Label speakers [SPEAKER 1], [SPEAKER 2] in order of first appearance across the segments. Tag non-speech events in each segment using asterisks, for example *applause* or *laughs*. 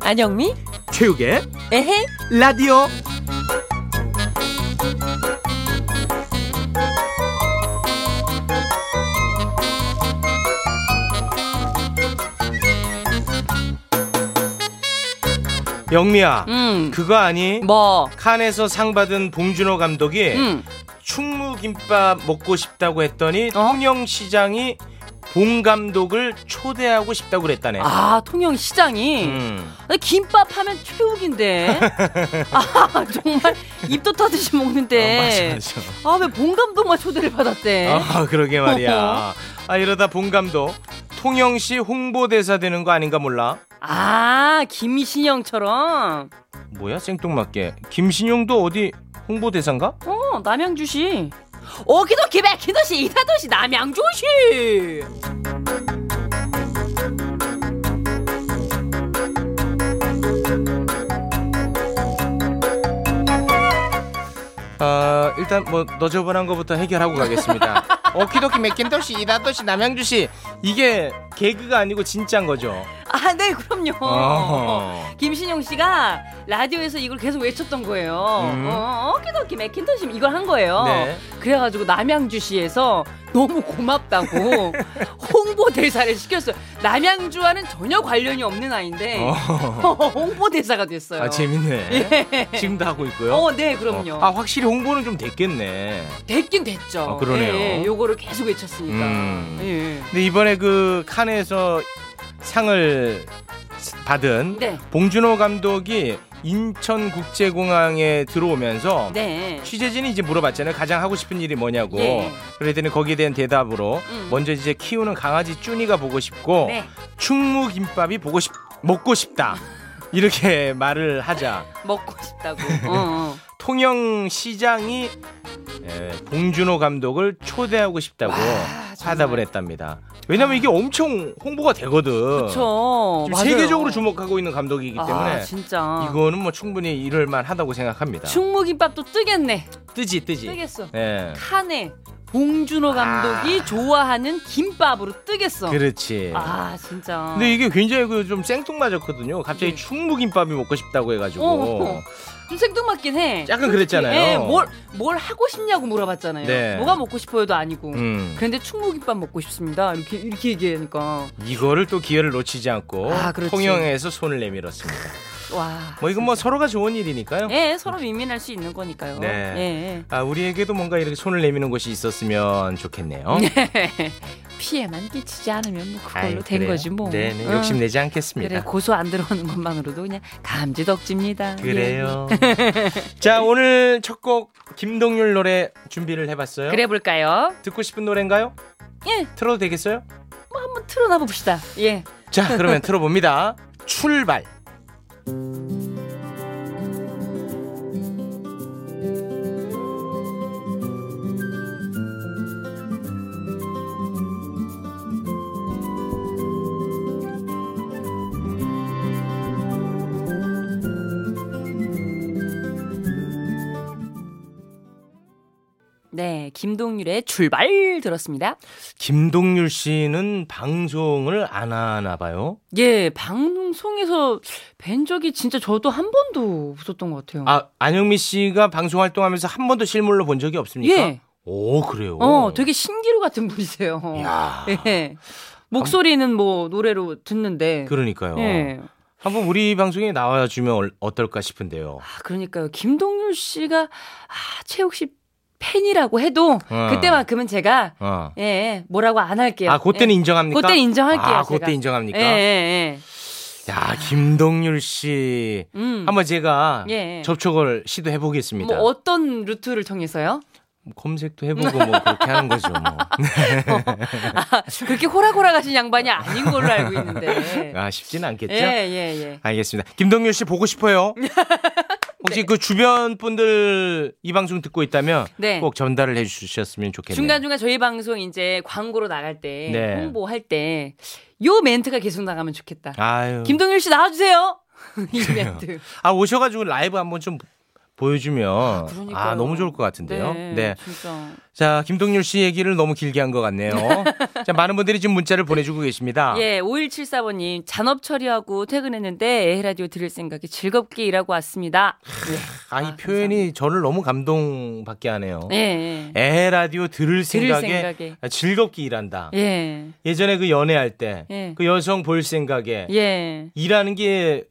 [SPEAKER 1] 안영미
[SPEAKER 2] 체육의
[SPEAKER 1] 에헤
[SPEAKER 2] 라디오 영미야 그거 아니?
[SPEAKER 1] 음. 음뭐
[SPEAKER 2] 칸에서 상 받은 봉준호 감독이
[SPEAKER 1] 음.
[SPEAKER 2] 충무김밥 먹고 싶다고 했더니
[SPEAKER 1] 어?
[SPEAKER 2] 통영시장이 봉 감독을 초대하고 싶다고 그랬다네.
[SPEAKER 1] 아 통영 시장이
[SPEAKER 2] 예. 음.
[SPEAKER 1] 아니, 김밥 하면
[SPEAKER 2] *laughs*
[SPEAKER 1] 최욱인데 아 정말 입도 터듯이 네.
[SPEAKER 2] 아,
[SPEAKER 1] 먹는데
[SPEAKER 2] 맞아, 맞아.
[SPEAKER 1] 아 왜 봉 감독만 초대를 받았대
[SPEAKER 2] 아,
[SPEAKER 1] *laughs*
[SPEAKER 2] 그러게 말이야. 아, 이러다 봉 감독 통영시 홍보대사 되는 거 아닌가 몰라.
[SPEAKER 1] 아 김신영처럼
[SPEAKER 2] 뭐야 생뚱맞게 김신용도 어디 홍보대사인가?
[SPEAKER 1] 어 남양주시 오기도 기백 기도시 이사도시 남양주시
[SPEAKER 2] 아 일단 뭐 너저분한 거부터 해결하고
[SPEAKER 1] *laughs*
[SPEAKER 2] 가겠습니다. 오키도키 맥킨도시 이다도시 남양주시 이게 개그가 아니고 진짜인 거죠.
[SPEAKER 1] 아 네 그럼요
[SPEAKER 2] 어허.
[SPEAKER 1] 김신영 씨가 라디오에서 이걸 계속 외쳤던 거예요.
[SPEAKER 2] 음.
[SPEAKER 1] 어, 어깨도끼 맥킨터시 이걸 한 거예요.
[SPEAKER 2] 네.
[SPEAKER 1] 그래가지고 남양주시에서 너무
[SPEAKER 2] *laughs*
[SPEAKER 1] 고맙다고 홍보 대사를 시켰어요. 남양주와는 전혀 관련이 없는 아이인데 *laughs*
[SPEAKER 2] 어허.
[SPEAKER 1] 홍보 대사가 됐어요. 예.
[SPEAKER 2] 아 재밌네. 지금도 하고 있고요.
[SPEAKER 1] 네. 어, 네, 그럼요.
[SPEAKER 2] 어. 아 확실히 홍보는 좀 됐겠네.
[SPEAKER 1] 됐긴 됐죠.
[SPEAKER 2] 아, 그러네요.
[SPEAKER 1] 예, 요거를 계속 외쳤으니까.
[SPEAKER 2] 음.
[SPEAKER 1] 예.
[SPEAKER 2] 근데 이번에 그 칸에서 상을 받은
[SPEAKER 1] 네,
[SPEAKER 2] 봉준호 감독이 인천국제공항에 들어오면서
[SPEAKER 1] 네.
[SPEAKER 2] 취재진이 이제 물어봤잖아요. 가장 하고 싶은 일이 뭐냐고.
[SPEAKER 1] 예.
[SPEAKER 2] 그랬더니 거기에 대한 대답으로
[SPEAKER 1] 음.
[SPEAKER 2] 먼저 이제 키우는 강아지 쭈니가 보고 싶고
[SPEAKER 1] 네.
[SPEAKER 2] 충무김밥이 보고 싶
[SPEAKER 1] *laughs*
[SPEAKER 2] 먹고 싶다. 이렇게 말을 하자.
[SPEAKER 1] 먹고
[SPEAKER 2] *laughs*
[SPEAKER 1] 싶다고. 어, 어.
[SPEAKER 2] 통영 시장이 에, 봉준호 감독을 초대하고 싶다고
[SPEAKER 1] 와, 정말.
[SPEAKER 2] 화답을 했답니다. 왜냐면 이게 엄청 홍보가 되거든.
[SPEAKER 1] 그쵸.
[SPEAKER 2] 지금
[SPEAKER 1] 맞아요.
[SPEAKER 2] 세계적으로 주목하고 있는 감독이기
[SPEAKER 1] 아,
[SPEAKER 2] 때문에
[SPEAKER 1] 진짜.
[SPEAKER 2] 이거는 뭐 충분히 이럴 만하다고 생각합니다.
[SPEAKER 1] 충무김밥도 뜨겠네.
[SPEAKER 2] 뜨지 뜨지.
[SPEAKER 1] 뜨겠어.
[SPEAKER 2] 예.
[SPEAKER 1] 칸에 봉준호 감독이
[SPEAKER 2] 아.
[SPEAKER 1] 좋아하는 김밥으로 뜨겠어.
[SPEAKER 2] 그렇지.
[SPEAKER 1] 아 진짜.
[SPEAKER 2] 근데 이게 굉장히 그 좀 생뚱맞았거든요. 갑자기
[SPEAKER 1] 네.
[SPEAKER 2] 충무김밥이 먹고 싶다고 해가지고
[SPEAKER 1] 어, 어. 좀 생뚱맞긴 해. 예,
[SPEAKER 2] 약간 그랬잖아요.
[SPEAKER 1] 뭘뭘 하고 싶냐고 물어봤잖아요.
[SPEAKER 2] 네.
[SPEAKER 1] 뭐가 먹고 싶어요도 아니고.
[SPEAKER 2] 음,
[SPEAKER 1] 그런데 충무김밥 먹고 싶습니다. 이렇게 이렇게 얘기하니까
[SPEAKER 2] 이거를 또 기회를 놓치지 않고
[SPEAKER 1] 아, 그렇지.
[SPEAKER 2] 통영에서 손을 내밀었습니다.
[SPEAKER 1] 와.
[SPEAKER 2] 뭐 이건 뭐 서로가 좋은 일이니까요.
[SPEAKER 1] 예, 서로 민민할 수 있는 거니까요.
[SPEAKER 2] 네.
[SPEAKER 1] 예. *laughs*
[SPEAKER 2] 아, 우리에게도 뭔가 이렇게 손을 내미는 곳이 있었으면 좋겠네요.
[SPEAKER 1] 피해만 끼치지 않으면 뭐 그걸로
[SPEAKER 2] 아이,
[SPEAKER 1] 된
[SPEAKER 2] 그래요.
[SPEAKER 1] 거지 뭐.
[SPEAKER 2] 네네,
[SPEAKER 1] 응.
[SPEAKER 2] 욕심내지
[SPEAKER 1] 그래
[SPEAKER 2] 않겠습니다.
[SPEAKER 1] 고소 안 들어오는 것만으로도 그냥 감지덕지입니다. 예. *laughs*
[SPEAKER 2] 그래요. 자, 오늘 첫 곡 김동률 노래 준비를 해봤어요.
[SPEAKER 1] 그래 볼까요?
[SPEAKER 2] 듣고 싶은 노래인가요?
[SPEAKER 1] 예,
[SPEAKER 2] 틀어도 되겠어요?
[SPEAKER 1] 뭐 한번 틀어놔 봅시다. 예.
[SPEAKER 2] 자,
[SPEAKER 1] *laughs*
[SPEAKER 2] 그러면 틀어봅니다. 출발.
[SPEAKER 1] 네, 김동률의 출발 들었습니다.
[SPEAKER 2] 김동률 씨는 방송을 안 하나 봐요.
[SPEAKER 1] 예, 방송에서 뵌 적이 진짜 저도 한 번도 없었던 것 같아요.
[SPEAKER 2] 아, 안영미 씨가 방송 활동하면서 한 번도 실물로 본 적이 없습니까?
[SPEAKER 1] 예.
[SPEAKER 2] 그러니까? 오, 그래요.
[SPEAKER 1] 어, 되게 신기루 같은 분이세요.
[SPEAKER 2] 야.
[SPEAKER 1] *laughs* 예. 목소리는 뭐 노래로 듣는데.
[SPEAKER 2] 그러니까요.
[SPEAKER 1] 예.
[SPEAKER 2] 한번 우리 방송에 나와주면 얼- 어떨까 싶은데요.
[SPEAKER 1] 아, 그러니까요. 김동률 씨가 아, 최욱 씨 팬이라고 해도
[SPEAKER 2] 어.
[SPEAKER 1] 그때만큼은 제가
[SPEAKER 2] 어.
[SPEAKER 1] 예, 뭐라고 안 할게요. 예.
[SPEAKER 2] 아, 그때는 인정합니까?
[SPEAKER 1] 그때 인정할게요.
[SPEAKER 2] 아,
[SPEAKER 1] 제가.
[SPEAKER 2] 그때 인정합니까?
[SPEAKER 1] 예, 예, 예.
[SPEAKER 2] 야, 김동률 씨.
[SPEAKER 1] 음.
[SPEAKER 2] 한번 제가
[SPEAKER 1] 예.
[SPEAKER 2] 접촉을 시도해 보겠습니다.
[SPEAKER 1] 뭐 어- 어떤 루트를 통해서요?
[SPEAKER 2] 검색도 해보고 뭐 그렇게 하는 거죠.
[SPEAKER 1] *laughs*
[SPEAKER 2] 뭐.
[SPEAKER 1] 아, *laughs* 그렇게 호락호락하신 양반이 아닌 걸로 알고 있는데.
[SPEAKER 2] 아, 쉽진 않겠죠?
[SPEAKER 1] 예, 네. 예, 예.
[SPEAKER 2] 알겠습니다. 김동률 씨
[SPEAKER 1] *laughs*
[SPEAKER 2] 보고 싶어요. 혹시 그 주변 분들 이 방송 듣고 있다면
[SPEAKER 1] 네.
[SPEAKER 2] 꼭 전달을 해주셨으면 좋겠네요.
[SPEAKER 1] 중간중간 저희 방송 이제 광고로 나갈 때,
[SPEAKER 2] 네.
[SPEAKER 1] 홍보할 때, 요 멘트가 계속 나가면 좋겠다.
[SPEAKER 2] 아유. 음.
[SPEAKER 1] 김동률 씨 나와주세요! *laughs* 이 멘트.
[SPEAKER 2] 아 오셔가지고 라이브 한번 좀 보여주면 아,
[SPEAKER 1] 그러니까요.
[SPEAKER 2] 너무 좋을 것 같은데요.
[SPEAKER 1] 네,
[SPEAKER 2] 네.
[SPEAKER 1] 진짜.
[SPEAKER 2] 자, 김동률 씨 얘기를 너무 길게 한 것
[SPEAKER 1] *laughs*
[SPEAKER 2] 같네요. 자, 많은 분들이 지금 문자를 보내주고 계십니다.
[SPEAKER 1] 예, 5174번님, 잔업 처리하고 퇴근했는데 에헤라디오 들을 생각에 즐겁게 일하고 왔습니다.
[SPEAKER 2] 아, 이
[SPEAKER 1] 아,
[SPEAKER 2] 표현이 저를 너무 감동받게 하네요.
[SPEAKER 1] 예, 예.
[SPEAKER 2] 에 라디오
[SPEAKER 1] 들을
[SPEAKER 2] 들을 생각에,
[SPEAKER 1] 생각에.
[SPEAKER 2] 즐겁게 일한다.
[SPEAKER 1] 예,
[SPEAKER 2] 예. 전에그 연애할 때,
[SPEAKER 1] 예.
[SPEAKER 2] 그 여성 볼 생각에
[SPEAKER 1] 예.
[SPEAKER 2] 일하는 게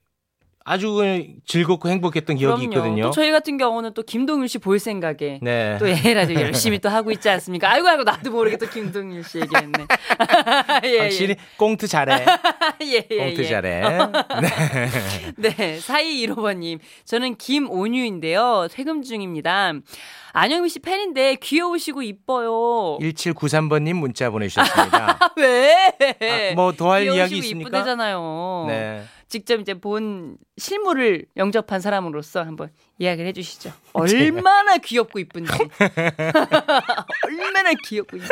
[SPEAKER 2] 아주 그 즐겁고 행복했던 기억이
[SPEAKER 1] 그럼요.
[SPEAKER 2] 있거든요.
[SPEAKER 1] 또 저희 같은 경우는 또 김동률 씨 볼 생각에
[SPEAKER 2] 네.
[SPEAKER 1] 또 예, 에헤라디오 열심히 또 하고 있지 않습니까? 아이고, 아이고, 나도 모르게 또 김동률 씨 얘기했네. *laughs* 예, 예.
[SPEAKER 2] 확실히 꽁트 잘해.
[SPEAKER 1] *laughs* 예, 예,
[SPEAKER 2] 꽁트
[SPEAKER 1] 예. *laughs*
[SPEAKER 2] 잘해.
[SPEAKER 1] 네, 4215번님. 저는 김온유인데요. 퇴근 중입니다. 안영미 씨 팬인데 귀여우시고 이뻐요.
[SPEAKER 2] 1793번님
[SPEAKER 1] *laughs*
[SPEAKER 2] 문자 보내주셨습니다.
[SPEAKER 1] 아, 왜?
[SPEAKER 2] 아, 뭐 더 할
[SPEAKER 1] 네. 귀여우시고
[SPEAKER 2] 이야기 있습니까?
[SPEAKER 1] 이쁘대잖아요.
[SPEAKER 2] 네.
[SPEAKER 1] 직접 이제 본 실물을 영접한 사람으로서 한번 이야기를
[SPEAKER 2] 네.
[SPEAKER 1] 해주시죠. 얼마나 귀엽고 이쁜지. *laughs* 얼마나 귀엽고 이쁜지.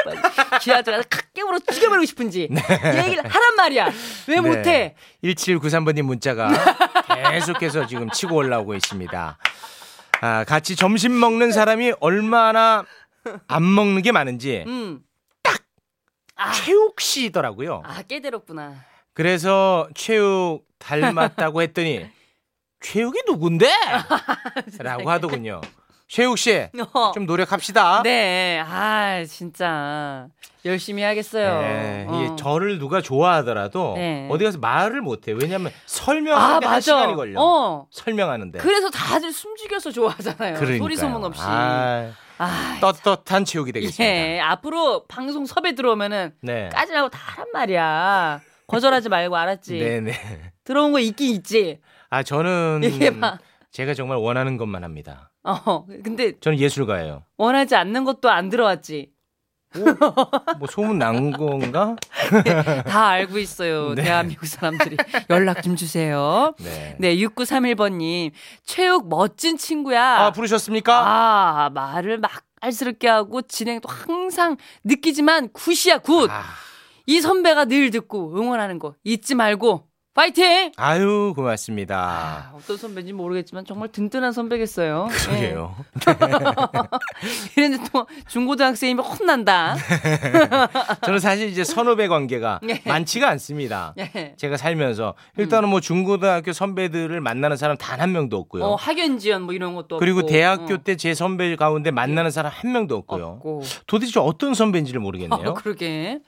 [SPEAKER 1] 귀하더라. 칵깨물어 죽여버리고 싶은지. 이 얘기를 하란 말이야. 왜
[SPEAKER 2] 네.
[SPEAKER 1] 못해?
[SPEAKER 2] 1793번님 문자가 계속해서 지금 치고 올라오고 있습니다. 아, 같이 점심 먹는 사람이 얼마나 안 먹는 게 많은지
[SPEAKER 1] 음.
[SPEAKER 2] 최욱 씨더라고요.
[SPEAKER 1] 아, 깨들었구나.
[SPEAKER 2] 그래서 최욱 닮았다고 했더니 최욱이 누군데? 라고 하더군요. 최욱 씨,
[SPEAKER 1] 어.
[SPEAKER 2] 좀 노력합시다.
[SPEAKER 1] 네, 아 진짜 열심히 하겠어요.
[SPEAKER 2] 네, 이게
[SPEAKER 1] 어.
[SPEAKER 2] 저를 누가 좋아하더라도
[SPEAKER 1] 네.
[SPEAKER 2] 어디 가서 말을 못해. 왜냐하면
[SPEAKER 1] 아
[SPEAKER 2] 설명하는데 한
[SPEAKER 1] 맞아.
[SPEAKER 2] 시간이 걸려.
[SPEAKER 1] 어,
[SPEAKER 2] 설명하는데.
[SPEAKER 1] 그래서 다들 숨죽여서 좋아하잖아요.
[SPEAKER 2] 그러니까요.
[SPEAKER 1] 소리 소문 없이. 아,
[SPEAKER 2] 아, 떳떳한 최욱이 되겠습니다.
[SPEAKER 1] 예, 앞으로 방송 섭외 들어오면은
[SPEAKER 2] 네.
[SPEAKER 1] 까지라고 다 하란 말이야. 거절하지 말고 알았지.
[SPEAKER 2] 네네.
[SPEAKER 1] 들어온 거 있긴 있지. *laughs*
[SPEAKER 2] 아 저는
[SPEAKER 1] 얘기해봐.
[SPEAKER 2] 제가 정말 원하는 것만 합니다.
[SPEAKER 1] 어, 근데
[SPEAKER 2] 저는 예술가예요.
[SPEAKER 1] 원하지 않는 것도 안 들어왔지.
[SPEAKER 2] 뭐 소문 난 건가?
[SPEAKER 1] 다 알고 있어요.
[SPEAKER 2] *laughs* 네.
[SPEAKER 1] 대한민국 사람들이 연락 좀 주세요.
[SPEAKER 2] 네.
[SPEAKER 1] 네, 6931번님 최욱 멋진 친구야.
[SPEAKER 2] 아 부르셨습니까?
[SPEAKER 1] 아, 말을 맛깔스럽게 하고 진행도 항상 느끼지만 굿이야 굿.
[SPEAKER 2] 아,
[SPEAKER 1] 이 선배가 늘 듣고 응원하는 거 잊지 말고 파이팅.
[SPEAKER 2] 아유 고맙습니다.
[SPEAKER 1] 아, 어떤 선배인지 모르겠지만 정말 든든한 선배겠어요. *laughs*
[SPEAKER 2] 그러게요.
[SPEAKER 1] 예. 이랬는데 또 중고등학생이면 혼난다. *laughs*
[SPEAKER 2] 저는 사실 이제 선후배 관계가
[SPEAKER 1] 네.
[SPEAKER 2] 많지가 않습니다.
[SPEAKER 1] 예.
[SPEAKER 2] 제가 살면서 일단은 뭐 중고등학교 선배들을 만나는 사람 단 한 명도 없고요.
[SPEAKER 1] 어, 학연 지연 뭐 이런 것도
[SPEAKER 2] 그리고
[SPEAKER 1] 없고.
[SPEAKER 2] 대학교
[SPEAKER 1] 어,
[SPEAKER 2] 때 제 선배 가운데 만나는 사람 한 명도 없고요.
[SPEAKER 1] 없고.
[SPEAKER 2] 도대체 어떤
[SPEAKER 1] *laughs*
[SPEAKER 2] 선배인지를
[SPEAKER 1] 어,
[SPEAKER 2] 모르겠네요.
[SPEAKER 1] 그러게.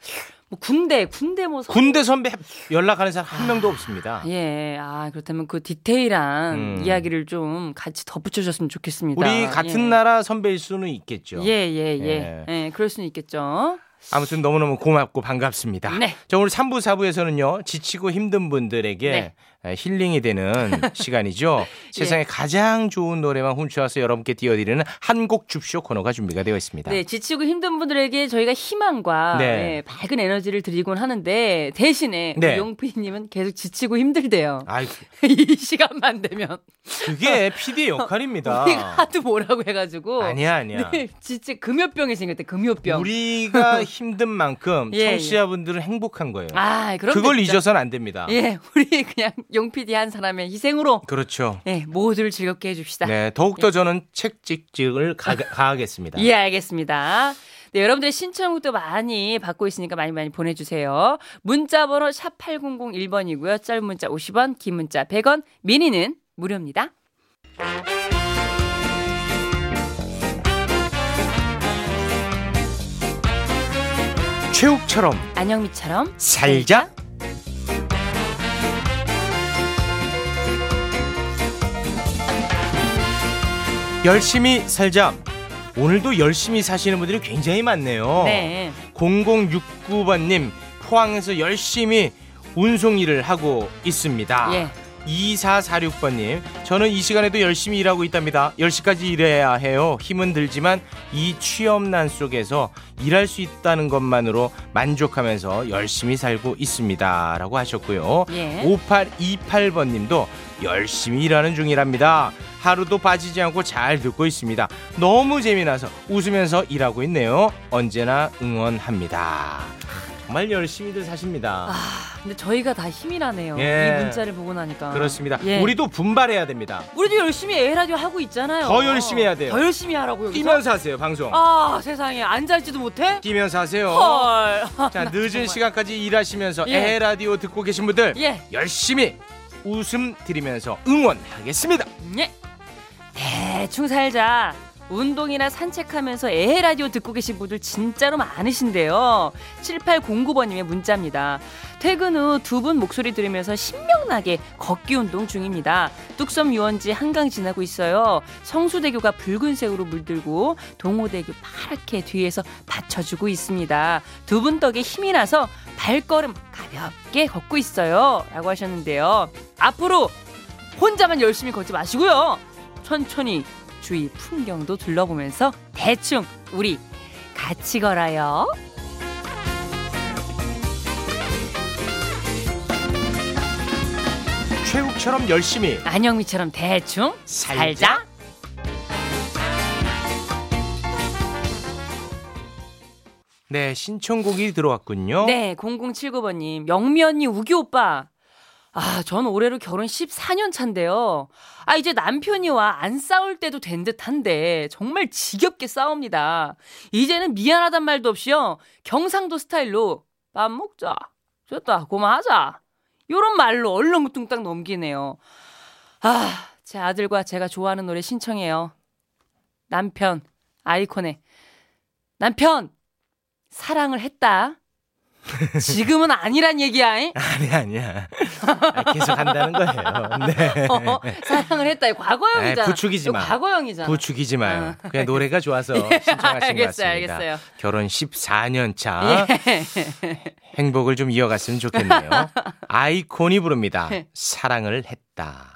[SPEAKER 1] 뭐 군대 군대 뭐 선-
[SPEAKER 2] 군대 선배 연락하는 사람 한 명도 없습니다.
[SPEAKER 1] 예, 아 그렇다면 그 디테일한
[SPEAKER 2] 음.
[SPEAKER 1] 이야기를 좀 같이 덧붙여줬으면 좋겠습니다.
[SPEAKER 2] 우리 같은
[SPEAKER 1] 예.
[SPEAKER 2] 나라 선배일 수는 있겠죠.
[SPEAKER 1] 예, 예,
[SPEAKER 2] 예.
[SPEAKER 1] 예. 예, 그럴 수는 있겠죠.
[SPEAKER 2] 아무튼 너무너무 고맙고 반갑습니다.
[SPEAKER 1] 네.
[SPEAKER 2] 자, 오늘 3부, 4부에서는요, 지치고 힘든 분들에게
[SPEAKER 1] 네. 예.
[SPEAKER 2] 에,
[SPEAKER 1] *laughs*
[SPEAKER 2] 힐링이 되는 시간이죠. 세상에 가장 좋은 노래만 훔쳐와서 여러분께 띄워드리는 한 곡 줍쇼 코너가 준비가 되어 있습니다.
[SPEAKER 1] 네, 지치고 힘든 분들에게 저희가 희망과
[SPEAKER 2] 네.
[SPEAKER 1] 예, 밝은 에너지를 드리곤 하는데 대신에
[SPEAKER 2] 네.
[SPEAKER 1] 우리 용피님은 계속 지치고 힘들대요.
[SPEAKER 2] 아이,
[SPEAKER 1] 이 *laughs* 시간만 되면
[SPEAKER 2] 그게 PD의 역할입니다.
[SPEAKER 1] 어. *laughs* 우리가 네. 하도 뭐라고 해가지고
[SPEAKER 2] 아니야, 아니야.
[SPEAKER 1] 늘 진짜 금요병이 생겼대. 금요병.
[SPEAKER 2] 우리가 힘든 만큼
[SPEAKER 1] *laughs* 예, 예.
[SPEAKER 2] 청취자분들을 행복한 거예요.
[SPEAKER 1] 아, 그럼
[SPEAKER 2] 그걸 잊어서는 안 됩니다.
[SPEAKER 1] 예, 우리 그냥 용피디 한 사람의 희생으로
[SPEAKER 2] 그렇죠.
[SPEAKER 1] 예, 모두를 즐겁게 해줍시다.
[SPEAKER 2] 네, 더욱더 저는 책찍찍을 가, 가하겠습니다.
[SPEAKER 1] 예, 알겠습니다. 네, 여러분들의 신청곡도 많이 받고 있으니까 많이 많이 보내주세요. 문자번호 샵 8001번이고요. 짧은 문자 50원, 긴 문자 100원, 미니는 무료입니다.
[SPEAKER 2] 최욱처럼
[SPEAKER 1] 안영미처럼
[SPEAKER 2] 살자. 열심히 살자. 오늘도 열심히 사시는 분들이 굉장히 많네요.
[SPEAKER 1] 네.
[SPEAKER 2] 0069번님 포항에서 열심히 운송 일을 하고 있습니다.
[SPEAKER 1] 예.
[SPEAKER 2] 2446번님 저는 이 시간에도 열심히 일하고 있답니다. 10시까지 일해야 해요. 힘은 들지만 이 취업난 속에서 일할 수 있다는 것만으로 만족하면서 열심히 살고 있습니다. 라고 하셨고요.
[SPEAKER 1] 예.
[SPEAKER 2] 5828번님도 열심히 일하는 중이랍니다. 하루도 빠지지 않고 잘 듣고 있습니다. 너무 재미나서 웃으면서 일하고 있네요. 언제나 응원합니다. 정말 열심히들 사십니다.
[SPEAKER 1] 아, 근데 저희가 다 힘이라네요.
[SPEAKER 2] 예.
[SPEAKER 1] 이 문자를 보고 나니까.
[SPEAKER 2] 그렇습니다.
[SPEAKER 1] 예.
[SPEAKER 2] 우리도 분발해야 됩니다.
[SPEAKER 1] 우리도 열심히 에라디오 하고 있잖아요.
[SPEAKER 2] 더 열심히 해야 돼요.
[SPEAKER 1] 더 열심히 하라고요. 여기서?
[SPEAKER 2] 뛰면서 하세요 방송.
[SPEAKER 1] 아 세상에 앉아있지도 못해?
[SPEAKER 2] 뛰면서 하세요.
[SPEAKER 1] 헐. *laughs*
[SPEAKER 2] 자 늦은 시간까지 일하시면서
[SPEAKER 1] 어. 예.
[SPEAKER 2] 에 라디오 듣고 계신 분들
[SPEAKER 1] 예.
[SPEAKER 2] 열심히 웃음 드리면서 응원하겠습니다.
[SPEAKER 1] 예. 대충 살자. 운동이나 산책하면서 에헤 라디오 듣고 계신 분들 진짜로 많으신데요. 7809번님의 문자입니다. 퇴근 후 두 분 목소리 들으면서 신명나게 걷기 운동 중입니다. 뚝섬 유원지 한강 지나고 있어요. 성수대교가 붉은색으로 물들고 동호대교 파랗게 뒤에서 받쳐주고 있습니다. 두 분 덕에 힘이 나서 발걸음 가볍게 걷고 있어요. 라고 하셨는데요. 앞으로 혼자만 열심히 걷지 마시고요. 천천히 주위 풍경도 둘러보면서 대충 우리 같이 걸어요.
[SPEAKER 2] 최욱처럼 열심히
[SPEAKER 1] 안영미처럼 대충 살자.
[SPEAKER 2] 네 신청곡이 들어왔군요. *laughs*
[SPEAKER 1] 네, 0079번님. 영미 언니, 우기 오빠. 아, 전 올해로 결혼 14년 차인데요. 아, 이제 남편이 와 안 싸울 때도 된 듯한데 정말 지겹게 싸웁니다. 이제는 미안하단 말도 없이요. 경상도 스타일로 밥 먹자. 좋다. 고마하자. 요런 말로 얼렁뚱땅 넘기네요. 아, 제 아들과 제가 좋아하는 노래 신청해요. 남편 아이콘의 남편 사랑을 했다. 지금은 아니란 얘기야. 잉?
[SPEAKER 2] 네, 아니 아니야. 아, 계속 한다는 거예요. 네.
[SPEAKER 1] 어, 사랑을 했다. 이거 과거형이잖아.
[SPEAKER 2] 아이, 예, 부추기지 마.
[SPEAKER 1] 이거 과거형이잖아.
[SPEAKER 2] 부추기지 마요. 그냥 노래가 좋아서 신청하신 것
[SPEAKER 1] 어, 예, 알겠어요,
[SPEAKER 2] 같습니다.
[SPEAKER 1] 알겠어요.
[SPEAKER 2] 결혼 14년
[SPEAKER 1] 예.
[SPEAKER 2] 차 행복을 좀 이어갔으면 좋겠네요. 아이콘이 부릅니다.
[SPEAKER 1] 네.
[SPEAKER 2] 사랑을 했다.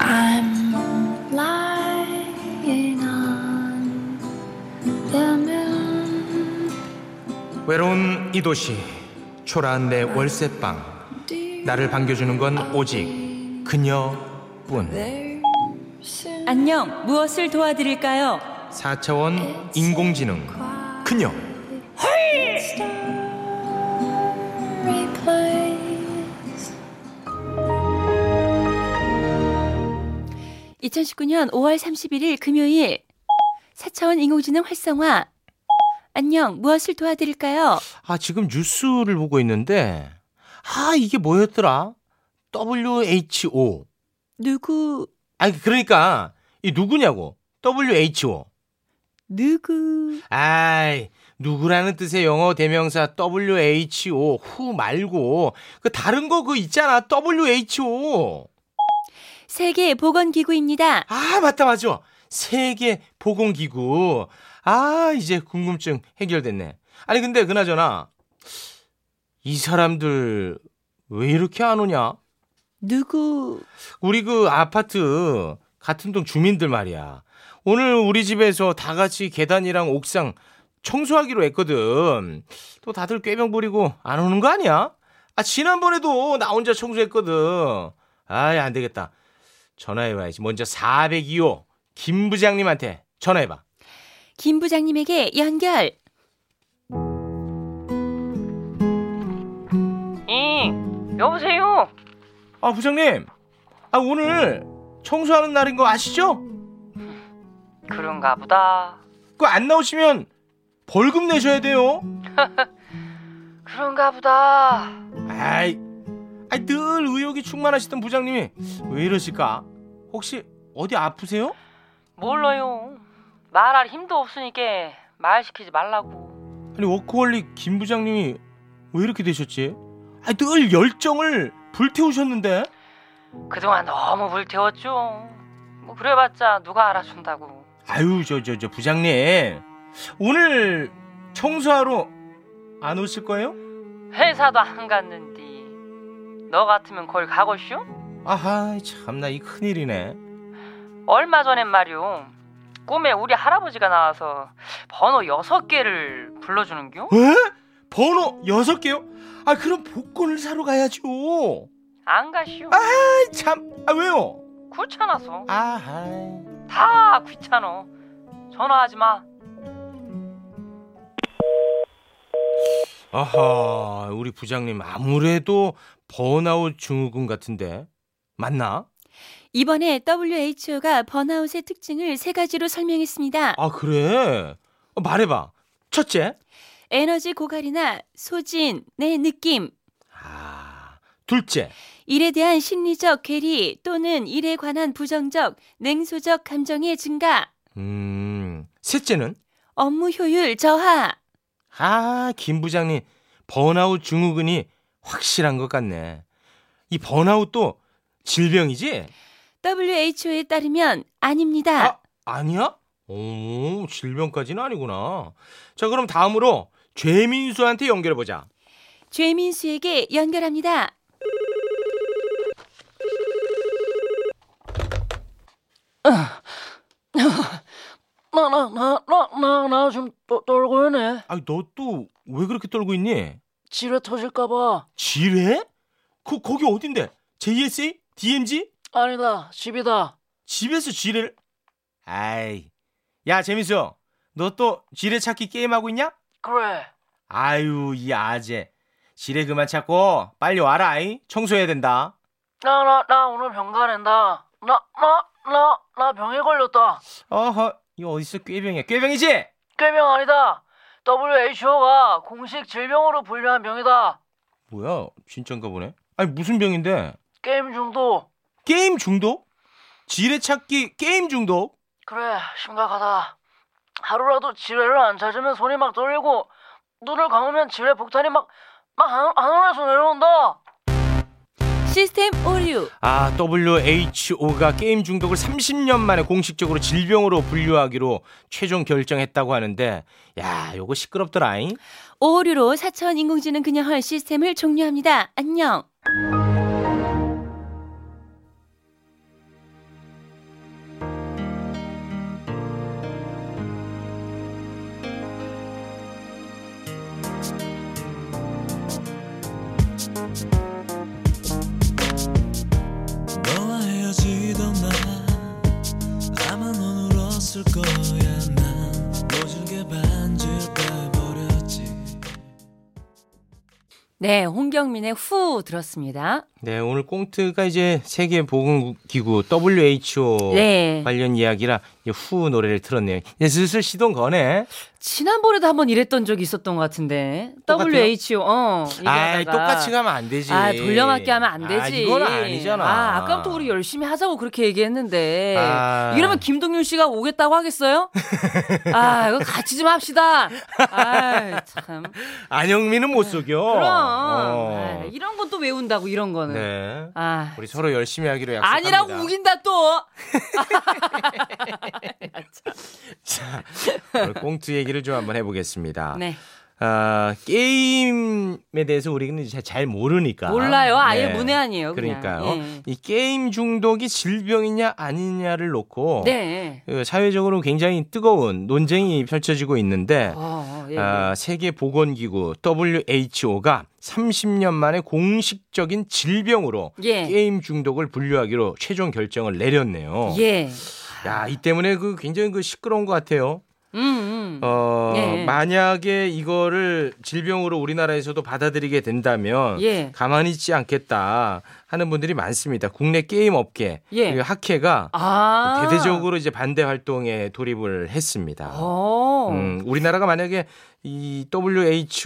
[SPEAKER 3] I'm lying on the moon.
[SPEAKER 2] 외로운 이 도시 초라한 내 월세방 나를 반겨주는 건 오직 그녀뿐.
[SPEAKER 1] *laughs* 안녕. 무엇을 도와드릴까요?
[SPEAKER 2] 4차원 인공지능 그녀.
[SPEAKER 3] Replace
[SPEAKER 1] 2019년 5월 31일 금요일 4차원 인공지능 활성화. 안녕. 무엇을 도와드릴까요?
[SPEAKER 2] 아 지금 뉴스를 보고 있는데 아 이게 뭐였더라? WHO.
[SPEAKER 1] 누구
[SPEAKER 2] 아니 그러니까 이 누구냐고 WHO.
[SPEAKER 1] 누구
[SPEAKER 2] 아이 누구라는 뜻의 영어 대명사 WHO 후 말고 그 다른 거 그 있잖아 WHO.
[SPEAKER 1] 세계 보건 기구입니다.
[SPEAKER 2] 아 맞다 맞아. 세계 보건기구. 아 이제 궁금증 해결됐네. 아니 근데 그나저나 이 사람들 왜 이렇게 안 오냐?
[SPEAKER 1] 누구
[SPEAKER 2] 우리 그 아파트 같은 동 주민들 말이야. 오늘 우리 집에서 다 같이 계단이랑 옥상 청소하기로 했거든. 또 다들 꾀병 부리고 안 오는 거 아니야? 아, 지난번에도 나 혼자 청소했거든. 아이, 안 되겠다. 전화해봐야지. 먼저 402호 김 부장님한테 전화해봐.
[SPEAKER 1] 김 부장님에게 연결. 응. 여보세요.
[SPEAKER 2] 아, 부장님. 아, 오늘 청소하는 날인 거 아시죠?
[SPEAKER 1] 그런가 보다.
[SPEAKER 2] 그거 안 나오시면 벌금 내셔야 돼요.
[SPEAKER 1] 그런가 보다.
[SPEAKER 2] 아이, 아이 늘 의욕이 충만하시던 부장님이 왜 이러실까? 혹시 어디 아프세요?
[SPEAKER 1] 몰라요. 말할 힘도 없으니까 말 시키지 말라고.
[SPEAKER 2] 아니 워크홀릭 김 부장님이 왜 이렇게 되셨지? 아이 늘 열정을 불태우셨는데
[SPEAKER 1] 그동안 너무 불태웠죠. 뭐 그래봤자 누가 알아준다고.
[SPEAKER 2] 아유 저 저 저 부장님 오늘 청소하러 안 오실 거예요?
[SPEAKER 1] 회사도 안 갔는디. 너 같으면 걸 가고슈?
[SPEAKER 2] 아하 참나 이 큰일이네.
[SPEAKER 1] 얼마 전엔 말이오. 꿈에 우리 할아버지가 나와서 번호 여섯 개를 불러주는겨?
[SPEAKER 2] 에? 번호 여섯 개요? 아 그럼 복권을 사러 가야죠.
[SPEAKER 1] 안 가시오.
[SPEAKER 2] 아이, 참, 아 왜요?
[SPEAKER 1] 귀찮아서.
[SPEAKER 2] 아하.
[SPEAKER 1] 다 귀찮어. 전화하지 마.
[SPEAKER 2] 아하 우리 부장님 아무래도 번아웃 증후군 같은데 맞나?
[SPEAKER 4] 이번에 WHO가 번아웃의 특징을 세 가지로 설명했습니다.
[SPEAKER 2] 아 그래 어, 말해봐. 첫째.
[SPEAKER 4] 에너지 고갈이나 소진, 내 느낌,
[SPEAKER 2] 아 둘째.
[SPEAKER 4] 일에 대한 심리적 괴리 또는 일에 관한 부정적, 냉소적 감정의 증가,
[SPEAKER 2] 음 셋째는
[SPEAKER 4] 업무 효율 저하.
[SPEAKER 2] 아, 김 부장님, 번아웃 증후군이 확실한 것 같네. 이 번아웃도 질병이지?
[SPEAKER 4] WHO에 따르면 아닙니다.
[SPEAKER 2] 아, 아니야? 오, 질병까지는 아니구나. 자, 그럼 다음으로 최민수한테 연결해보자.
[SPEAKER 4] 죄민수에게 연결합니다.
[SPEAKER 5] 나 나 나 나 나 나 지금 떠, 떨고 있네
[SPEAKER 2] 아, 너 또 왜 그렇게 떨고 있니?
[SPEAKER 5] 지뢰 터질까봐
[SPEAKER 2] 지뢰? 그, 거기 어딘데? JSA? DMZ?
[SPEAKER 5] 아니다 집이다
[SPEAKER 2] 집에서 지뢰를? 아이. 야, 재민수. 너 또 지뢰 찾기 게임하고 있냐?
[SPEAKER 5] 그래
[SPEAKER 2] 아유 이 아재 지뢰 그만 찾고 빨리 와라 이 청소해야 된다
[SPEAKER 5] 나 나 나 오늘 병가 낸다 나 나 나 나 병에 걸렸다
[SPEAKER 2] 어허 이거 어딨어 꾀병이야 꾀병이지
[SPEAKER 5] 꾀병 아니다 WHO가 공식 질병으로 분류한 병이다
[SPEAKER 2] 뭐야 진짠가 보네 아니 무슨 병인데
[SPEAKER 5] 게임 중독
[SPEAKER 2] 게임 중독 지뢰 찾기 게임 중독
[SPEAKER 5] 그래 심각하다 하루라도 지뢰를 안 찾으면 손이 막 떨리고 눈을 감으면 지뢰 폭탄이 막막안 하늘에서 내려온다
[SPEAKER 4] 시스템 오류,
[SPEAKER 2] 아 WHO가 게임 중독을 30년 만에 공식적으로 질병으로 분류하기로 최종 결정했다고 하는데 야 요거 시끄럽더라잉
[SPEAKER 4] 오류로 사천 인공지능 그녀 헐 시스템을 종료합니다. 안녕.
[SPEAKER 6] 너와 헤어지던 날 아마 넌 울었을 거야 난 모질게 반지를 빼버렸지
[SPEAKER 1] 네, 홍경민의 후 들었습니다.
[SPEAKER 2] 네 오늘 꽁트가 이제 세계보건기구 WHO
[SPEAKER 1] 네.
[SPEAKER 2] 관련 이야기라 이제 후 노래를 틀었네요. 이제 슬슬 시동 거네.
[SPEAKER 1] 지난번에도 한번 이랬던 적이 있었던 것 같은데.
[SPEAKER 2] 똑같아요?
[SPEAKER 1] WHO, 어.
[SPEAKER 2] 아,
[SPEAKER 1] 얘기하다가.
[SPEAKER 2] 똑같이 가면 안 되지.
[SPEAKER 1] 아, 돌려막기 하면 안 되지.
[SPEAKER 2] 아, 이건 아니잖아.
[SPEAKER 1] 아, 아까부터 우리 열심히 하자고 그렇게 얘기했는데.
[SPEAKER 2] 아.
[SPEAKER 1] 이러면 김동률 씨가 오겠다고 하겠어요? 아, 이거 같이 좀 합시다. 아, 참.
[SPEAKER 2] 안영민은 못 속여.
[SPEAKER 1] 네. 그럼. 아,
[SPEAKER 2] 어.
[SPEAKER 1] 이런 건 또 외운다고, 이런 거는.
[SPEAKER 2] 네.
[SPEAKER 1] 아.
[SPEAKER 2] 우리 서로 열심히 하기로 약속합니다.
[SPEAKER 1] 아니라고 우긴다 또.
[SPEAKER 2] 자, 오늘 꽁트 얘기를 좀 한번 해보겠습니다.
[SPEAKER 1] 네.
[SPEAKER 2] 아, 게임에 대해서 우리는 이제 잘 모르니까.
[SPEAKER 1] 몰라요. 아예
[SPEAKER 2] 네.
[SPEAKER 1] 문외한이에요. 그냥.
[SPEAKER 2] 그러니까요.
[SPEAKER 1] 예.
[SPEAKER 2] 이 게임 중독이 질병이냐 아니냐를 놓고
[SPEAKER 1] 네.
[SPEAKER 2] 그 사회적으로 굉장히 뜨거운 논쟁이 펼쳐지고 있는데
[SPEAKER 1] 어, 예.
[SPEAKER 2] 아, 세계보건기구 WHO가 30년 만에 공식적인 질병으로
[SPEAKER 1] 예.
[SPEAKER 2] 게임 중독을 분류하기로 최종 결정을 내렸네요.
[SPEAKER 1] 예.
[SPEAKER 2] 야, 이 때문에 그 굉장히 그 시끄러운 것 같아요.
[SPEAKER 1] 음. 음.
[SPEAKER 2] 어,
[SPEAKER 1] 예.
[SPEAKER 2] 만약에 이거를 질병으로 우리나라에서도 받아들이게 된다면
[SPEAKER 1] 예.
[SPEAKER 2] 가만히 있지 않겠다 하는 분들이 많습니다. 국내 게임 업계
[SPEAKER 1] 예.
[SPEAKER 2] 그리고 학회가
[SPEAKER 1] 아.
[SPEAKER 2] 대대적으로 이제 반대 활동에 돌입을 했습니다.
[SPEAKER 1] 어.
[SPEAKER 2] 음, 우리나라가 만약에 이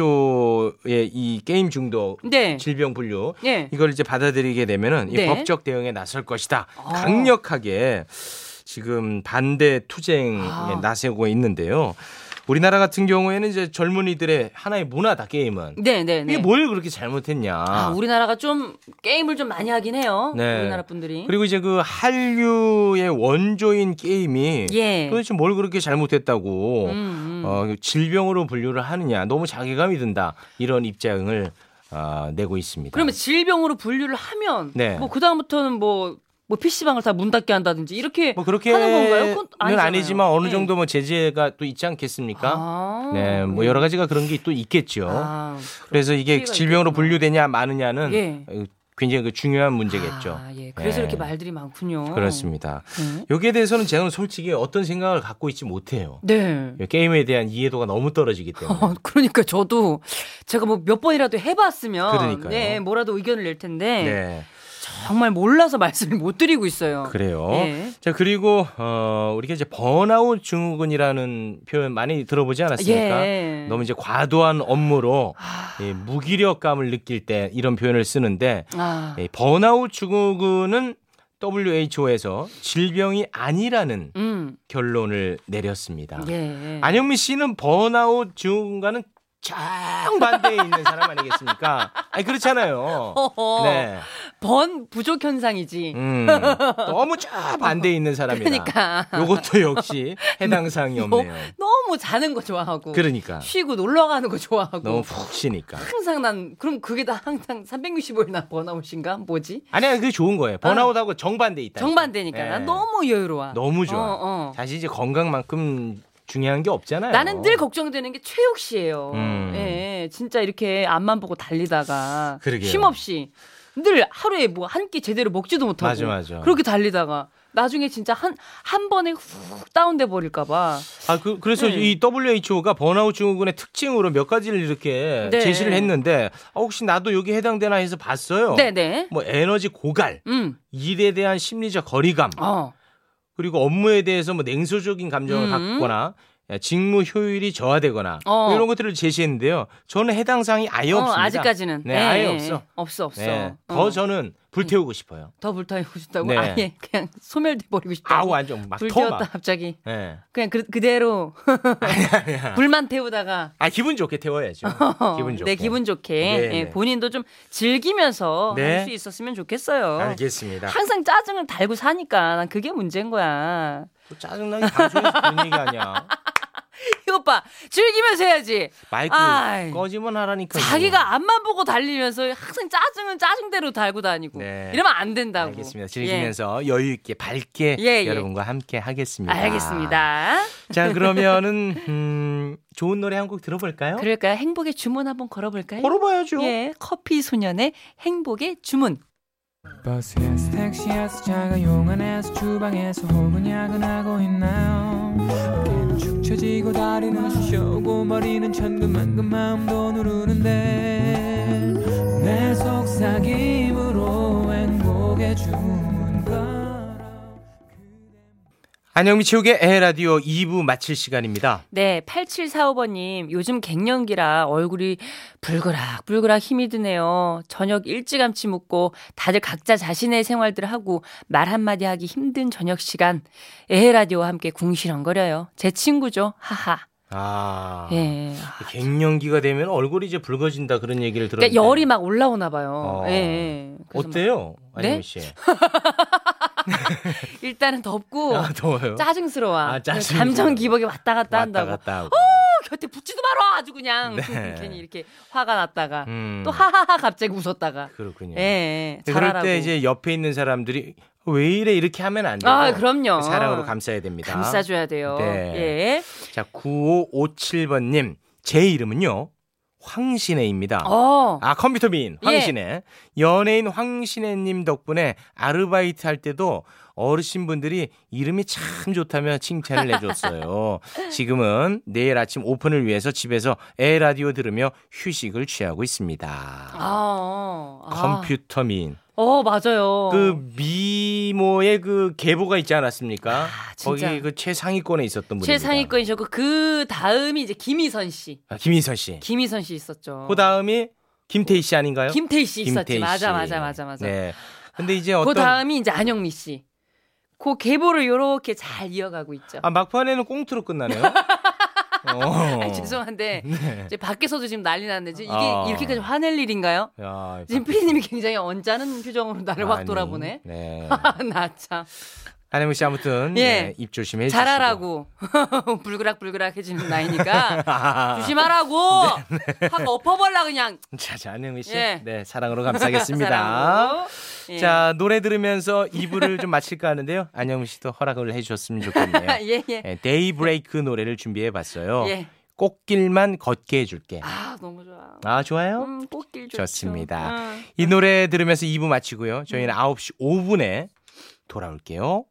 [SPEAKER 2] WHO의 이 게임 중독
[SPEAKER 1] 네.
[SPEAKER 2] 질병 분류
[SPEAKER 1] 예.
[SPEAKER 2] 이걸 이제 받아들이게 되면은 이
[SPEAKER 1] 네. 아.
[SPEAKER 2] 법적 대응에 나설 것이다. 강력하게 지금 반대 투쟁에
[SPEAKER 1] 아.
[SPEAKER 2] 나서고 있는데요. 우리나라 같은 경우에는 이제 젊은이들의 하나의 문화다 게임은
[SPEAKER 1] 네, 네, 네.
[SPEAKER 2] 이게 뭐 뭘 그렇게 잘못했냐.
[SPEAKER 1] 아, 우리나라가 좀 게임을 좀 많이 하긴 해요.
[SPEAKER 2] 네.
[SPEAKER 1] 우리나라 분들이.
[SPEAKER 2] 그리고 이제 그 한류의 원조인 게임이
[SPEAKER 1] 예.
[SPEAKER 2] 도대체 뭘 그렇게 잘못했다고
[SPEAKER 1] 음, 음.
[SPEAKER 2] 어, 질병으로 분류를 하느냐 너무 자괴감이 든다 이런 입장을 아, 내고 있습니다.
[SPEAKER 1] 그러면 질병으로 분류를 하면
[SPEAKER 2] 네.
[SPEAKER 1] 뭐 그다음부터는 뭐 뭐 PC방을 다 문 닫게 한다든지 이렇게
[SPEAKER 2] 뭐 그렇게는
[SPEAKER 1] 하는 건가요? 그건 아니잖아요.
[SPEAKER 2] 아니지만 어느
[SPEAKER 1] 네.
[SPEAKER 2] 정도 뭐 제재가 또 있지 않겠습니까?
[SPEAKER 1] 아,
[SPEAKER 2] 네, 뭐 여러 가지가 그런 게 또 있겠죠.
[SPEAKER 1] 아,
[SPEAKER 2] 그래서 이게
[SPEAKER 1] 피해가
[SPEAKER 2] 질병으로
[SPEAKER 1] 있겠구나.
[SPEAKER 2] 분류되냐 마느냐는
[SPEAKER 1] 예.
[SPEAKER 2] 어, 굉장히 그 중요한 문제겠죠.
[SPEAKER 1] 아, 예. 그래서
[SPEAKER 2] 네.
[SPEAKER 1] 이렇게 말들이 많군요.
[SPEAKER 2] 그렇습니다.
[SPEAKER 1] 네.
[SPEAKER 2] 여기에 대해서는 저는 솔직히 어떤 생각을 갖고 있지 못해요.
[SPEAKER 1] 네.
[SPEAKER 2] 게임에 대한 이해도가 너무
[SPEAKER 1] *laughs*
[SPEAKER 2] 떨어지기 때문에.
[SPEAKER 1] 어, 그러니까 저도 제가 뭐 몇 번이라도 해봤으면
[SPEAKER 2] 그러니까요.
[SPEAKER 1] 네, 뭐라도 의견을 낼 텐데
[SPEAKER 2] 네,
[SPEAKER 1] 정말 몰라서 *laughs* 말씀을 못 드리고 있어요.
[SPEAKER 2] 그래요.
[SPEAKER 1] 예.
[SPEAKER 2] 자 그리고 어 우리가 이제 번아웃 증후군이라는 표현 많이 들어보지 않았습니까?
[SPEAKER 1] 예.
[SPEAKER 2] 너무 이제 과도한 업무로 예, 무기력감을 느낄 때 이런 표현을 쓰는데
[SPEAKER 1] 아,
[SPEAKER 2] 예, 번아웃 증후군은 WHO에서 질병이 아니라는
[SPEAKER 1] 음,
[SPEAKER 2] 결론을 내렸습니다.
[SPEAKER 1] 예.
[SPEAKER 2] 안영미 씨는 번아웃 증후군과는 정반대에 있는 사람 아니겠습니까? 아니 그렇잖아요.
[SPEAKER 1] 어허.
[SPEAKER 2] 네.
[SPEAKER 1] 번 부족 현상이지.
[SPEAKER 2] 음, 너무 쫙 반대에 있는 사람이다.
[SPEAKER 1] 그러니까 뭐
[SPEAKER 2] 요것도 역시 해당 사항이 없네요.
[SPEAKER 1] *laughs* 너무 자는 거 좋아하고
[SPEAKER 2] 그러니까
[SPEAKER 1] 쉬고 놀러 가는 거 좋아하고
[SPEAKER 2] 너무 푹 쉬니까.
[SPEAKER 1] 항상 난 그럼 그게 다 항상 365일 나 번아웃인가 뭐지?
[SPEAKER 2] 아니야 그게 좋은 거예요. 번아웃하고 정반대
[SPEAKER 1] 어.
[SPEAKER 2] 있다. 예.
[SPEAKER 1] 정반대니까 난 너무 여유로워.
[SPEAKER 2] 네. 너무 좋아.
[SPEAKER 1] 어, 어.
[SPEAKER 2] 사실 이제 건강만큼 중요한 게 없잖아요.
[SPEAKER 1] 나는 늘 걱정되는 게 최욱 씨예요.
[SPEAKER 2] 음.
[SPEAKER 1] 예, 진짜 이렇게 앞만 보고 달리다가
[SPEAKER 2] 그러게요.
[SPEAKER 1] 쉼 없이 늘 하루에 뭐 한 끼 제대로 먹지도 못하고
[SPEAKER 2] 맞아, 맞아.
[SPEAKER 1] 그렇게 달리다가 나중에 진짜 한 한 번에 훅 다운돼 버릴까 봐.
[SPEAKER 2] 아, 그, 그래서
[SPEAKER 1] 네.
[SPEAKER 2] 이 WHO가 번아웃 증후군의 특징으로 몇 가지를 이렇게
[SPEAKER 1] 네.
[SPEAKER 2] 제시를 했는데 아, 혹시 나도 여기 해당되나 해서 봤어요.
[SPEAKER 1] 네, 네.
[SPEAKER 2] 뭐 에너지 고갈,
[SPEAKER 1] 음.
[SPEAKER 2] 일에 대한 심리적 거리감,
[SPEAKER 1] 어.
[SPEAKER 2] 그리고 업무에 대해서 뭐 냉소적인 감정을
[SPEAKER 1] 음.
[SPEAKER 2] 갖거나 예, 직무 효율이 저하되거나
[SPEAKER 1] 어.
[SPEAKER 2] 뭐 이런 것들을 제시했는데요. 저는 해당 사항이 아예
[SPEAKER 1] 어,
[SPEAKER 2] 없습니다.
[SPEAKER 1] 아직까지는
[SPEAKER 2] 네, 아예 없어.
[SPEAKER 1] 없어 없어.
[SPEAKER 2] 네.
[SPEAKER 1] 어.
[SPEAKER 2] 더 저는 불태우고 싶어요.
[SPEAKER 1] 더 불타고 싶다고
[SPEAKER 2] 네.
[SPEAKER 1] 아예 그냥 소멸돼 버리고 싶다고.
[SPEAKER 2] 아우 완전 막터
[SPEAKER 1] 불태웠다
[SPEAKER 2] 막.
[SPEAKER 1] 갑자기
[SPEAKER 2] 예.
[SPEAKER 1] 그냥 그, 그대로 불만 태우다가
[SPEAKER 2] 아 기분
[SPEAKER 1] *laughs*
[SPEAKER 2] 좋게 태워야죠. 기분 좋게.
[SPEAKER 1] 내 어, 네, 기분 좋게
[SPEAKER 2] 네,
[SPEAKER 1] 예,
[SPEAKER 2] 네.
[SPEAKER 1] 본인도 좀 즐기면서
[SPEAKER 2] 네.
[SPEAKER 1] 할 수 있었으면 좋겠어요.
[SPEAKER 2] 알겠습니다.
[SPEAKER 1] 항상 짜증을 달고 사니까 난 그게 문제인 거야.
[SPEAKER 2] 또뭐 짜증나게 방송에서 *laughs* 그런 얘기 아니야.
[SPEAKER 1] 이것 봐 즐기면서 해야지.
[SPEAKER 2] 마이크
[SPEAKER 1] 아이.
[SPEAKER 2] 꺼지면 하라니까.
[SPEAKER 1] 자기가 앞만 보고 달리면서 항상 짜증은 짜증대로 달고 다니고
[SPEAKER 2] 네.
[SPEAKER 1] 이러면 안 된다고.
[SPEAKER 2] 알겠습니다.
[SPEAKER 1] 예.
[SPEAKER 2] 즐기면서 여유 있게 밝게
[SPEAKER 1] 예, 예.
[SPEAKER 2] 여러분과 함께 하겠습니다.
[SPEAKER 1] 알겠습니다.
[SPEAKER 2] 자 그러면은 음, 좋은 노래 한 곡 들어볼까요?
[SPEAKER 1] 그럴까요? 행복의 주문 한번 걸어볼까요?
[SPEAKER 2] 걸어봐야죠.
[SPEAKER 1] 예, 커피 소년의 행복의 주문.
[SPEAKER 7] 버스에서 택시에서 차가 용안에서 주방에서 혹은 야근하고 있나요 어깨는 축 처지고 다리는 쑤셔오고 머리는 천근만근 마음도 누르는데 내 속삭임으로 행복의 주문 걸어
[SPEAKER 2] 안영미 치욱의 에 라디오 2부 마칠 시간입니다.
[SPEAKER 1] 네, 8745번님, 요즘 갱년기라 얼굴이 불그락불그락 힘이 드네요. 저녁 일찌감치 묵고 다들 각자 자신의 생활들 하고 말 한마디 하기 힘든 저녁 시간. 에헤라디오와 함께 궁시렁거려요. 제 친구죠. 하하.
[SPEAKER 2] 아
[SPEAKER 1] 예.
[SPEAKER 2] 갱년기가 되면 얼굴이 이제 붉어진다 그런 얘기를 들었는데
[SPEAKER 1] 그러니까 열이 막 올라오나 봐요.
[SPEAKER 2] 어.
[SPEAKER 1] 예, 예. 그래서 막
[SPEAKER 2] 어때요,
[SPEAKER 1] 네?
[SPEAKER 2] 안영미 씨?
[SPEAKER 1] 일단은 덥고
[SPEAKER 2] 아, 더워요.
[SPEAKER 1] 어. *laughs* 짜증스러워.
[SPEAKER 2] 아, 짜증스러워.
[SPEAKER 1] 감정 기복이 왔다 갔다
[SPEAKER 2] 왔다
[SPEAKER 1] 한다고. 어?
[SPEAKER 2] 갔다 하고.
[SPEAKER 1] 곁에 붙지도 마라 아주 그냥
[SPEAKER 2] 네.
[SPEAKER 1] 괜히 이렇게 화가 났다가
[SPEAKER 2] 음,
[SPEAKER 1] 또 하하하 갑자기 웃었다가
[SPEAKER 2] 그렇군요.
[SPEAKER 1] 예,
[SPEAKER 2] 네,
[SPEAKER 1] 예
[SPEAKER 2] 그럴
[SPEAKER 1] 잘하라고.
[SPEAKER 2] 때 이제 옆에 있는 사람들이 왜 이래 이렇게 하면 안 돼요.
[SPEAKER 1] 아, 그럼요.
[SPEAKER 2] 사랑으로 감싸야 됩니다.
[SPEAKER 1] 감싸줘야 돼요.
[SPEAKER 2] 네.
[SPEAKER 1] 예.
[SPEAKER 2] 자, 9557번님. 제 이름은요. 황신혜입니다.
[SPEAKER 1] 어.
[SPEAKER 2] 아, 컴퓨터 미인
[SPEAKER 1] 예.
[SPEAKER 2] 황신혜. 연예인 황신혜님 덕분에 아르바이트 할 때도 어르신분들이 이름이 참 좋다며 칭찬을
[SPEAKER 1] *laughs*
[SPEAKER 2] 해줬어요. 지금은 내일 아침 오픈을 위해서 집에서 에 라디오 들으며 휴식을 취하고 있습니다.
[SPEAKER 1] 아. 아.
[SPEAKER 2] 컴퓨터 미인.
[SPEAKER 1] 어, 맞아요.
[SPEAKER 2] 그 미모의 그 계보가 있지 않았습니까?
[SPEAKER 1] 아, 진짜.
[SPEAKER 2] 거기 그 최상위권에 있었던 분입니다.
[SPEAKER 1] 최상위권이셨고 그 다음이 이제 김희선 씨.
[SPEAKER 2] 아, 김인선 씨.
[SPEAKER 1] 김희선 씨 있었죠.
[SPEAKER 2] 그 다음이 김태희 씨 아닌가요?
[SPEAKER 1] 김태희 씨 있었지.
[SPEAKER 2] 김태희 씨.
[SPEAKER 1] 맞아 맞아 맞아 맞아.
[SPEAKER 2] 네. 근데 이제
[SPEAKER 1] 그
[SPEAKER 2] 어떤
[SPEAKER 1] 다음이 이제 안영미 씨. 그 계보를 요렇게 잘 이어가고 있죠.
[SPEAKER 2] 아 막판에는 꽁트로
[SPEAKER 1] *laughs*
[SPEAKER 2] 끝나네요. 어.
[SPEAKER 1] 아니, 죄송한데
[SPEAKER 2] *laughs* 네.
[SPEAKER 1] 이제 밖에서도 지금 난리 났는데 지금 이게
[SPEAKER 2] 아.
[SPEAKER 1] 이렇게까지 화낼 일인가요?
[SPEAKER 2] 야,
[SPEAKER 1] 지금 피디님이 굉장히 언짢은 표정으로 나를 확 *laughs*
[SPEAKER 2] 아니,
[SPEAKER 1] 돌아보네.
[SPEAKER 2] 네.
[SPEAKER 1] 아, 나 참.
[SPEAKER 2] 한혜미 씨 아무튼
[SPEAKER 1] 예.
[SPEAKER 2] 예, 입 조심해 주시고. *laughs*
[SPEAKER 1] 잘하라고 *laughs* 불그락불그락해지는 나이니까 조심하라고
[SPEAKER 2] 네,
[SPEAKER 1] 확 엎어버려 그냥
[SPEAKER 2] 자, 자, 한혜미 씨.
[SPEAKER 1] 예.
[SPEAKER 2] 네, 사랑으로 감사하겠습니다.
[SPEAKER 1] 사랑으로. 예.
[SPEAKER 2] 자, 노래 들으면서 2부를 좀 마칠까 하는데요. 안영미 씨도 허락을 해 주셨으면 좋겠네요.
[SPEAKER 1] *laughs* 예, 예.
[SPEAKER 2] 데이브레이크 노래를 준비해 봤어요.
[SPEAKER 1] 예.
[SPEAKER 2] 꽃길만 걷게 해 줄게.
[SPEAKER 1] 아 너무 좋아
[SPEAKER 2] 아, 좋아요?
[SPEAKER 1] 음, 꽃길 좋죠.
[SPEAKER 2] 좋습니다.
[SPEAKER 1] 음.
[SPEAKER 2] 이 노래 들으면서 2부 마치고요. 저희는 9시 5분에 돌아올게요.